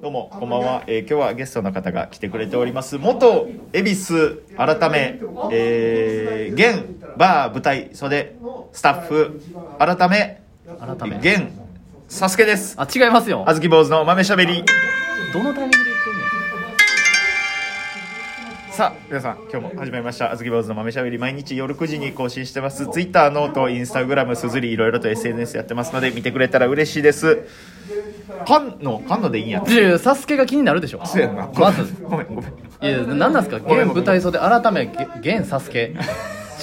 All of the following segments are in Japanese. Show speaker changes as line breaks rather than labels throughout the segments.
どうもこんばんは、えー今日はゲストの方が来てくれております元恵比寿改め、えー現バー舞台袖スタッフ改め
改め
現サスケです
あ違いますよ
あずき坊主の豆しゃべり
どのタイミングで言ってんの
さあ皆さん今日も始まりました「あずき坊主の豆しゃべり」毎日夜9時に更新してますツイッターノートインスタグラムすずりいろいろと SNS やってますので見てくれたら嬉しいですかんのかんのでいいんや
いやいやサスケが気になるでしょ
そうやんな
まず
ごめんごめん
いや何なんですか
ごめん
現
ごめん
舞台袖改めげ現サスケ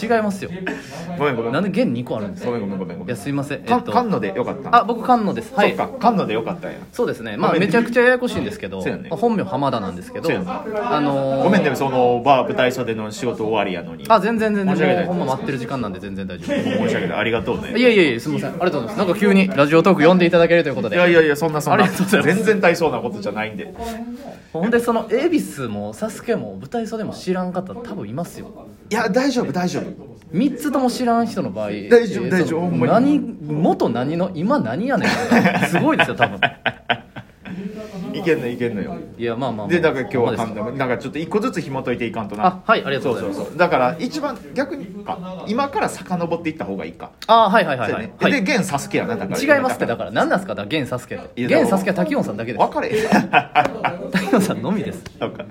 違いますよ
ごめんごめん
なんで現2個あるんです
ご
か
めんごめんごめんご
い
め
や
ん
すいません
かんかんのでよかった
あ僕菅野ですは
そ
いう
かかんのでよかったんや
そうですねまあ
ごめんね
めちゃくちゃややこしいんですけど
そうやね
本名浜田なんですけど
そうやね
あのー
ごめんねそのバー舞台袖の仕事終わりやのに
あ全然全
申し訳な
然
い
もうほんま待ってる時間なんで全然大丈夫
申し訳ないありがとうね
いやいやいやすみませんありがとうございますなんか急にラジオトーク呼んでいただけるということ
い
で
やいやいやそんなそん
あ
な
りがとうございます
全然大層なことじゃないんで
ほんでその恵比寿もサスケも舞台袖も知らん方多分いますよ
いや大丈夫大丈夫
3つとも知らん人の場合大
大丈夫大丈夫ほんま
何元何の今何やねんすごいですよ多分
いけんのいけんのよ
いやまあまあまあ
でだから今日は
ほ
か
んま
ん
です
だなんかちょっと一個ずつ紐解いていかんとな
あはいありがとうございます
そうそうそうだから一番逆にか今から遡っていった方がいいか
あはいはいはい
そう
はい、
や
はい
ねで現サスケやなだから
違いますってだから何なんすかだから現サスケっ
い
て
やだから
現サスケは滝音さんだけです
分かれへん そ
滝音さんのみです
うか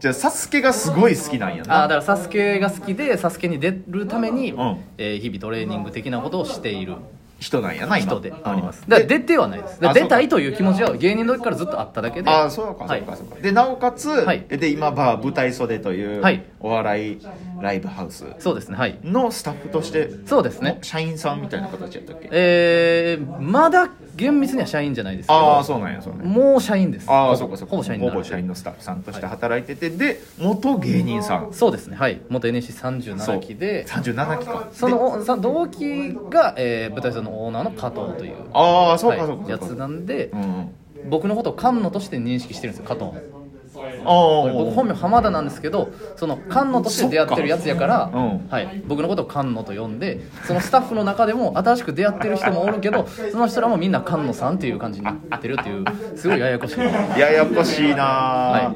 じゃあサスケがすごい好きなんや
あーだ
な
からサスケが好きでサスケに出るために、
ん
えー日々トレーニング的なことをしている
人なんやな今
人であります
うん
だから出てはないですだ
あ
から出たいという気持ちは芸人の時からずっとあっただけで
ああそうか
は
そ
いう
かそうか、でなおかつ、
はい
で今バー舞台袖という
はい
お笑いライブハウス
そうですねはい
のスタッフとして
そうですね
社員さんみたいな形やったっけ
えー、まだ厳密には社員じゃないですけ
ああ
ど
そうなんやそうなんや
もう社員です
あ
ほ
あ
ぼ
そうかそうか
ほぼ社員になる
のスタッフさんとして働いてて、で元芸人さん
そうですねはい元 NSC37 期で
37期か
そのさ同期が、えー、舞台上のオーナーの加藤という
ああそうかそう
は
か
い
そ
や
うか、
つなんで
うんうん
僕のことを菅野として認識してるんですよ加藤
ああ
僕本名浜田なんですけどその菅野として出会ってるやつやか
そ
ら
っかうん
はい、僕のことを菅野と呼んでそのスタッフの中でも新しく出会ってる人もおるけどその人らもみんな菅野さんっていう感じになってるっていうすごいややこしい
ややこしいな、、
は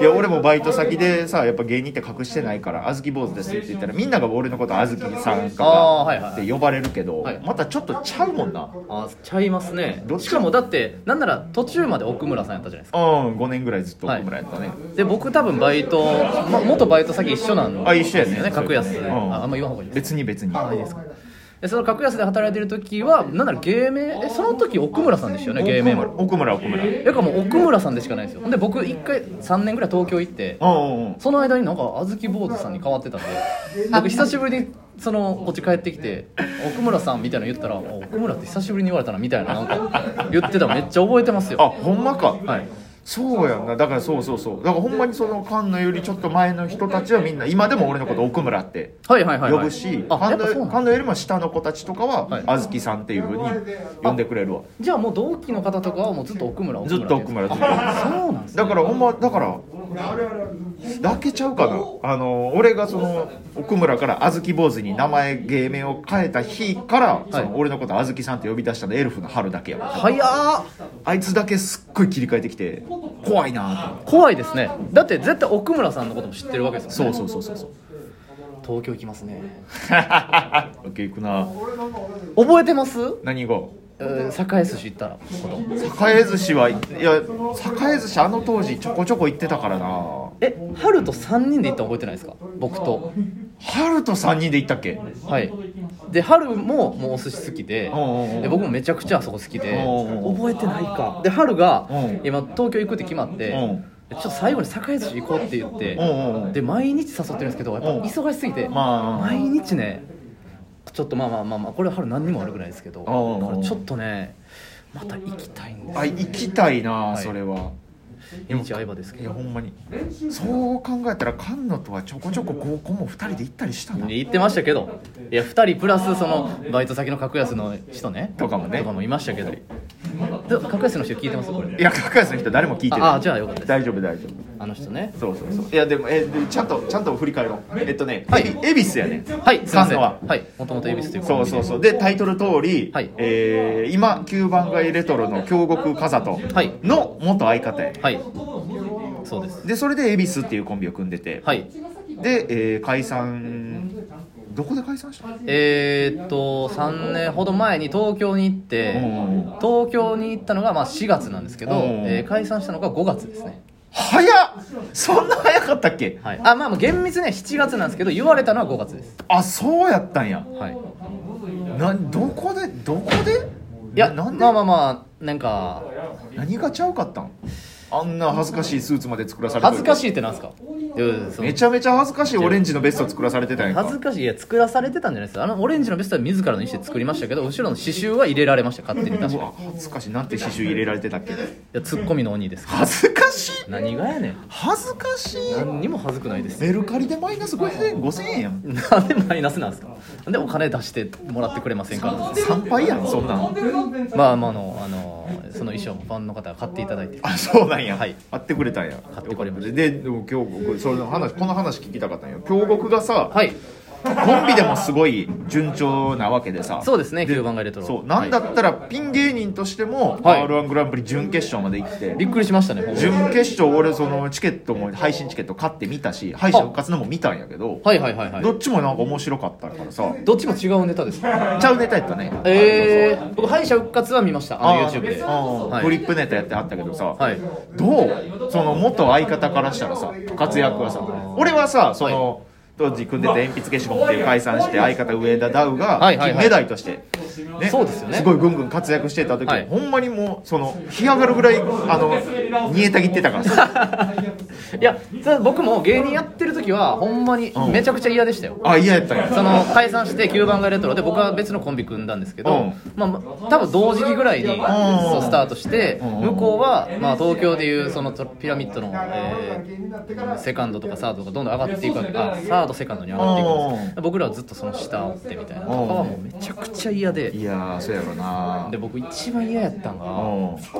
い
や俺もバイト先でさやっぱ芸人って隠してないから「あずき坊主です」って言ったらみんなが俺のこと「あずきさん」
あー
か
はいはい
って呼ばれるけど、
はい
またちょっとちゃうもんな
あちゃいますね
どっち
しかもだってなんなら途中まで奥村さんやったじゃないですか
うん5年ぐらいずっと奥村やったね、
で僕多分バイト、ま、元バイト先一緒なんですよ
あ一緒やね
格安で、
うん
ああんま言わんほうがいいで
別
す
に別に
いいですかでその格安で働いてる時はなんなら芸名えその時奥村さんでしたよね芸名
奥村
も
奥村奥村うん
だからもう奥村さんでしかないんですよほんで僕1回3年ぐらい東京行って
うんうん
その間になんか小豆坊主さんに変わってたんで僕久しぶりにそのこっち帰ってきて「奥村さん」みたいなの言ったら「あ奥村って久しぶりに言われたな」みたいななんか言ってたのめっちゃ覚えてます
あ
よ
ほんまか、
はい
そうやんなだからそうそうそうだからほんまにその菅野よりちょっと前の人たちはみんな今でも俺のこと奥村って
はいはいはい、
呼
はい、
ぶし
あや
神
っぱそう
田
な
神
んだ
田よりも下の子たちとか
はい
はあずきさんっていうふうに呼んでくれるわ
じゃあもう同期の方とかはもうずっと奥村奥
ず
村
っと奥村ずっと
そうなんですね
だからほんまだからだけちゃうかなあの俺がその奥村からあずき坊主に名前芸名を変えた日からその俺のことあずきさんって呼び出したのエルフの春だけやわ
早っ
あいつだけすっごい切り替えてきて怖いなと思って
怖いですねだって絶対奥村さんのことも知ってるわけですもん
そう
ね
そうそうそうそう
東京行きますね
受け行くな
覚えてます、
何が
えー、栄寿司行ったら
栄寿司はいや栄寿司あの当時ちょこちょこ行ってたからな
え春と3人で行ったの覚えてないですか僕と
春と3人で行ったっけ
はいで春ももうお寿司好きで
うんうんうん
で僕もめちゃくちゃあそこ好きで
うんうん
覚えてないかで春が
うん
今東京行くって決まって
うん
ちょっと最後に栄寿司行こうって言って
うんうんうん
で毎日誘ってるんですけどやっぱ
うん
忙しすぎて
まあ
毎日ねちょっとまあまあまあまあこれは春何にも悪くないですけど
うんうんうん
だからちょっとねまた行きたいんです
あ行きたいな、
い
それは
毎日相葉ですけ
いや
ど
ほんまにそう考えたら菅野とはちょこちょこ合コンも2人で行ったりしたな
言ってましたけどいや2人プラスそのバイト先の格安の人ね
とかもね
とかもいましたけどで格安の人聞いてますこれ
いや格安の人誰も聞いてる
ああじゃあよかったです
大丈夫大丈夫
あの人ね
そうそうそういやでもえでちゃんとちゃんと振り返ろうえっとね、
はい
エビ恵比寿やね
はいすいま
菅
せん
野は
はいもともと恵比寿という
そうそうそうでタイトル通り、
はい
えー今九番街レトロの京極風と
はい
の元相方や、
はいそうです
でそれで恵比寿っていうコンビを組んでて、
はい
で、えー解散どこで解散したの
えーっと3年ほど前に東京に行って
うん
東京に行ったのがまあ4月なんですけど、
うん
えー解散したのが5月ですね
早っそんな早かったっけ
はいあまあまあ厳密には7月なんですけど言われたのは5月です
あそうやったんや
はい
などこでどこで
いや
ななんで、
まあまあまあなんか
何がちゃうかったんあんな恥ずかしいスーツまで作らされて
恥ずかし
い
いってなんですかいやいやその
めちゃめちゃ恥ずかしいオレンジのベスト作らされてたんやんか
恥ずかしいいや作らされてたんじゃないですかあのオレンジのベストは自らの意思で作りましたけど後ろの刺繍は入れられました勝手に確
う
かに
わ恥ずかしいなんて刺繍入れられてたっけ
いやツッコミの鬼ですから
恥ずかしい
何がやねん
恥ずかしい
何にも恥ずくないです
メルカリでマイナス5000円5000円やん
なんでマイナスなんですかなんでお金出してもらってくれませんかなんです
参拝やんそんなん
まあまああのあのその衣装もファンの方が買っていただいて
あそうなんや、
はい
会ってくれたんや
買ってくれました
ででも今日僕それの話この話聞きたかったんや京極がさ、
はい
コンビでもすごい順調なわけでさ
そうですね9番がレトロ
そうなんだったらピン芸人としても、
はい
r 1グランプリ準決勝まで行って、
びっくりしましたねほんま
準決勝俺そのチケットも配信チケット買ってみたし敗者復活のも見たんやけど、
はいはいはいはい
どっちもなんか面白かったからさ
どっちも違うネ タです
ちゃうネタやったね
えー、僕敗者復活は見ましたあの
あ
YouTube で
あー
はい
フリップネタやってはったけどさ、
はい
どうその元相方からしたらさ活躍はさ俺はさその、当時組んでた鉛筆消しゴムっていう解散して相方上田ダウが
はいはいはい
金メダルとして、ね
そうですよね
ごいぐんぐん活躍してた時、
はい
ほんまにもうその干上がるぐらいあの煮えたぎってたから さ
いやそれ僕も芸人やってる時はほんまにめちゃくちゃ嫌でしたよ、
あ嫌やったんや
その解散して9番がレトロで僕は別のコンビ組んだんですけど、
う
まあ、多分同時期ぐらいにそうスタートして
うん
向こうはまあ東京でいうそのピラミッドの、えーセカンドとかサードとかどんどん上がっていくわけあサードセカンドに上がっていくんです僕らはずっとその下を追ってみたいなとかはもうめちゃくちゃ嫌で
いやーそうやろな
で僕一番嫌やったんが、
う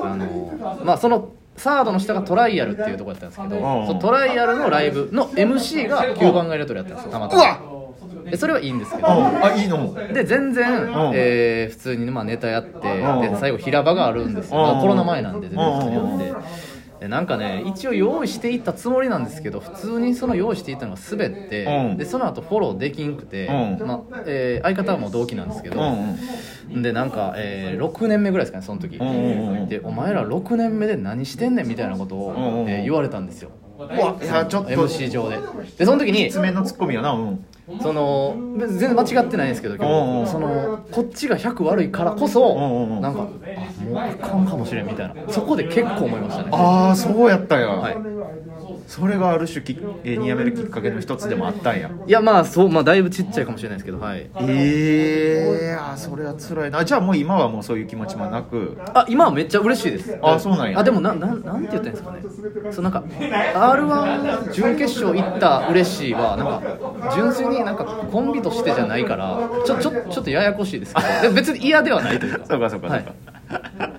あのまあそのサードの下がトライアルっていうところだったんですけど、
うん
そのトライアルのライブの MC が9番街レトロやったんですよたまたまでそれはいいんですけ
う
ど
んあいいの
で全
ん
然、えー普通にまあネタやって
うん
で最後平場があるんですよ
うん
コロナ前なんで全然普通に
うん
やってでなんかね一応用意していったつもりなんですけど普通にその用意していたのが滑って、
うん
でその後フォローできんくて、
うん
まあえー相方はもう同期なんですけ
う
ど、
んうん
でなんか、えー6年目ぐらいですかねその時、
んうんうん
でお前ら6年目で何してんねんみたいなことを、
んうんうん
えー言われたんですよ
うわいやちょっと
MC 上ででその時に
爪のツッコミやなうん
その全然間違ってないんですけど今日
うんうん
そのこっちが100悪いからこそ、
んうんうん
なんかあもうあかんかもしれんみたいなそこで結構思いましたね
ああそうやったんや、
はい
それがある種き芸人辞めるきっかけの一つでもあったんや
いやまあそうまあだいぶちっちゃいかもしれないですけどはい
ええー、あそれは辛いなじゃあもう今はもうそういう気持ちもなく
あ今はめっちゃ嬉しいです
あそうなんや
あでもななんなんて言ったらいいんですかねそうなんか r 1準決勝行った嬉しいはなんか純粋になんかコンビとしてじゃないからちょちょちょっとややこしいですけどでも別に嫌ではないというか
そうかそうか
は
そう
い
か、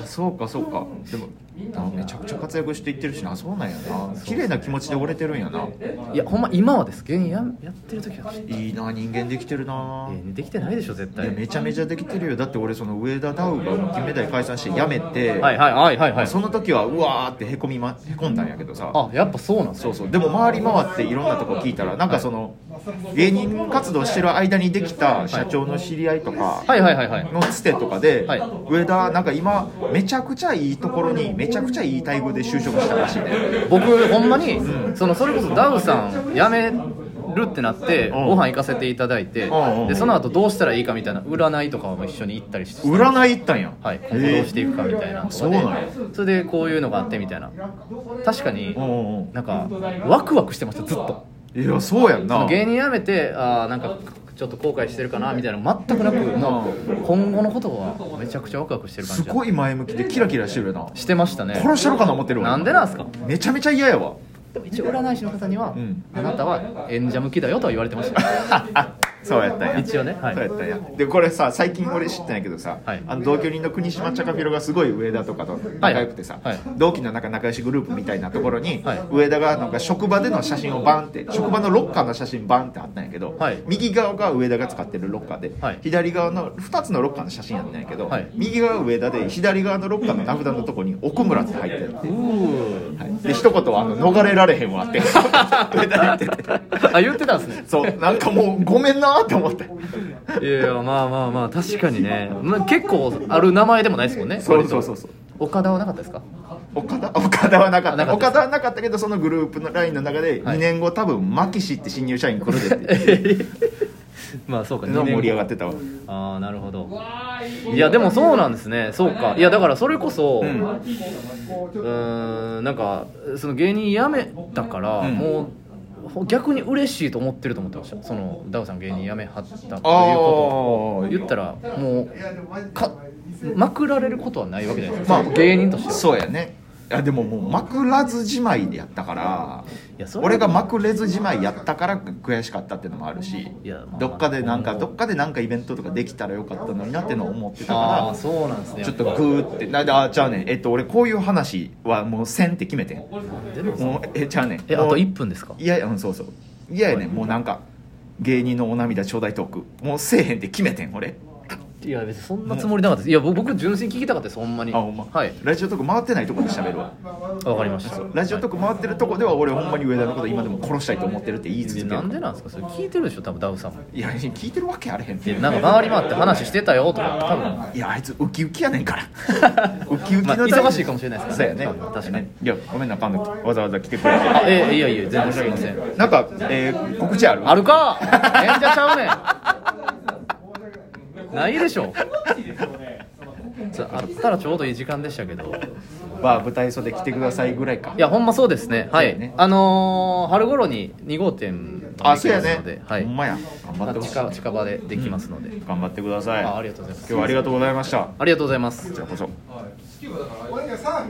あそうかそうかでもあめちゃくちゃ活躍していってるしなそうなんやな綺麗な気持ちで折れてるんやない
やほんま今はです芸人ややってる時は、え
いいな人間できてるな、
ーできてないでしょ絶
いや
対
めちゃめちゃできてるよだって俺その上田ダウがもう金メダル解散して辞めて、
はいはいはいはいはい
その時はうわーってへこみ、ま、へこんだんやけどさ
あやっぱそうなんです
そ
よ
うそうでも回り回っていろんなとこ聞いたらなんかその芸人活動してる間にできた社長の知り合いとか
はいはいはいはい
のつてとかで
はい
上田なんか今めちゃくちゃいいところにめちゃくちゃいい待遇で就職したらしいね
僕ほんまに、そのそれこそダウさん辞めるってなって
うん
ご飯行かせていただいて
うんうん
でその後どうしたらいいかみたいな占いとかも一緒に行ったりして
占い行ったんや
はい、今後ど
え
うしていくかみたいなと
そう
かで、
なんや
それでこういうのがあってみたいな確かに
ーうんうん
なんかワクワクしてましたずっと
うんいやそうやんな
芸人辞めてあーなんかちょっと後悔してるかなみたいなの全くなく今後のことはめちゃくちゃワクワクしてる感
す
じ
ごい前向きでキラキラしてるよな
してましたね
殺してるかな思ってるわ
なんでなんすか
めちゃめちゃ嫌やわ
でも一応占い師の方には、
ん
あなたは演者向きだよとは言われてましたよ
そうやったんや
一応ねはい
そうやったんやでこれさ最近俺知ったんやけどさ、
はい
あの同居人の国島茶かひろがすごい上田とかと仲良くてさ、
はいはい
同期のなんか仲良しグループみたいなところに、
はい
上田がなんか職場での写真をバンって職場のロッカーの写真バンってあったんやけど、
はい
右側が上田が使ってるロッカーで、
はい
左側の2つのロッカーの写真やったんやけど、
はい
右側が上田で左側のロッカーの名札のとこに奥村って入ってる。
うー
はい、で一言はあの逃れられへんわ って上田に言ってて
あ言ってたんですね
そうなんかもうごめんなーって思って
いやいやまあまあまあ確かにね、まあ、結構ある名前でもないですもんね
そうそうそうそう
岡田はなかったですか
岡田岡田はなかった
なかった
岡田はなかったけどそのグループのラインの中で
はい
2年後多分牧師って新入社員来るでって 言っ
まあそうか
ての盛り上が
っ
ってたわ
ああなるほどいやでもそうなんですねそうかいやだからそれこそ、
う
うんん、なんかその芸人辞めたから、
うん
もう逆に嬉しいと思ってると思ってましたそのダウさん芸人辞めはったということ
あ
を
あ
言ったらもうかまくられることはないわけじゃないです
ま
か、
あ
まあ、芸人としては
そうやねいやでももうまくらずじまいでやったから
いやそれ
俺がまくれずじまいやったから悔しかったっていうのもあるし
いやまあまあ
どっかでなんか
もう
どっかでなんかイベントとかできたらよかったのになってのを思ってた
あ
か
あそうなんですね
らちょっとグーってなあちゃうねんえっと俺こういう話はもうせんって決めてん
でも
もうえちゃうねん
えあ
も
と
う
1分ですか
いやいやうんそうそういややねんもうなんか芸人のお涙ちょうだいトークもうせえへんって決めてん俺
いや別にそんなつもりなかったですいや僕僕純粋に聞きたかったですほんまに
あほんま、
はい
ラジオトーク回ってないとこで喋るわ
わかりました
ラジオトーク回ってるとこでは俺ほんまに上田のこと今でも殺したいと思ってるって言い続け
いや
る
なんでなんですかそれ聞いてるでしょ多分ダウさんも
いや聞いてるわけあれへんっ
い
て
やなんか回り回って話してたよとか多分
いやあいつウキウキやねんから ウキウキ
まあ
の大臣、
忙しいかもしれないです
そ
か
う
ら
や
ね
ね
確かに
いやごめんなパンダわざわざ来てくれて
あえいやいや全然すいません
なんか、えー告知ある
あるか演者ちゃうねんないでしょそうあったらちょうどいい時間でしたけど
まあ舞台袖来てくださいぐらいか
いやほんまそうですねは
そうやね
いあのー春頃に2号店
あそうやね、
はい
ほんまや頑張ってほしい
近近場でできますので、
頑張ってください
あありがとうございます
今日はありがとうございました
ありがとうございます
こちらこそ
俺がさ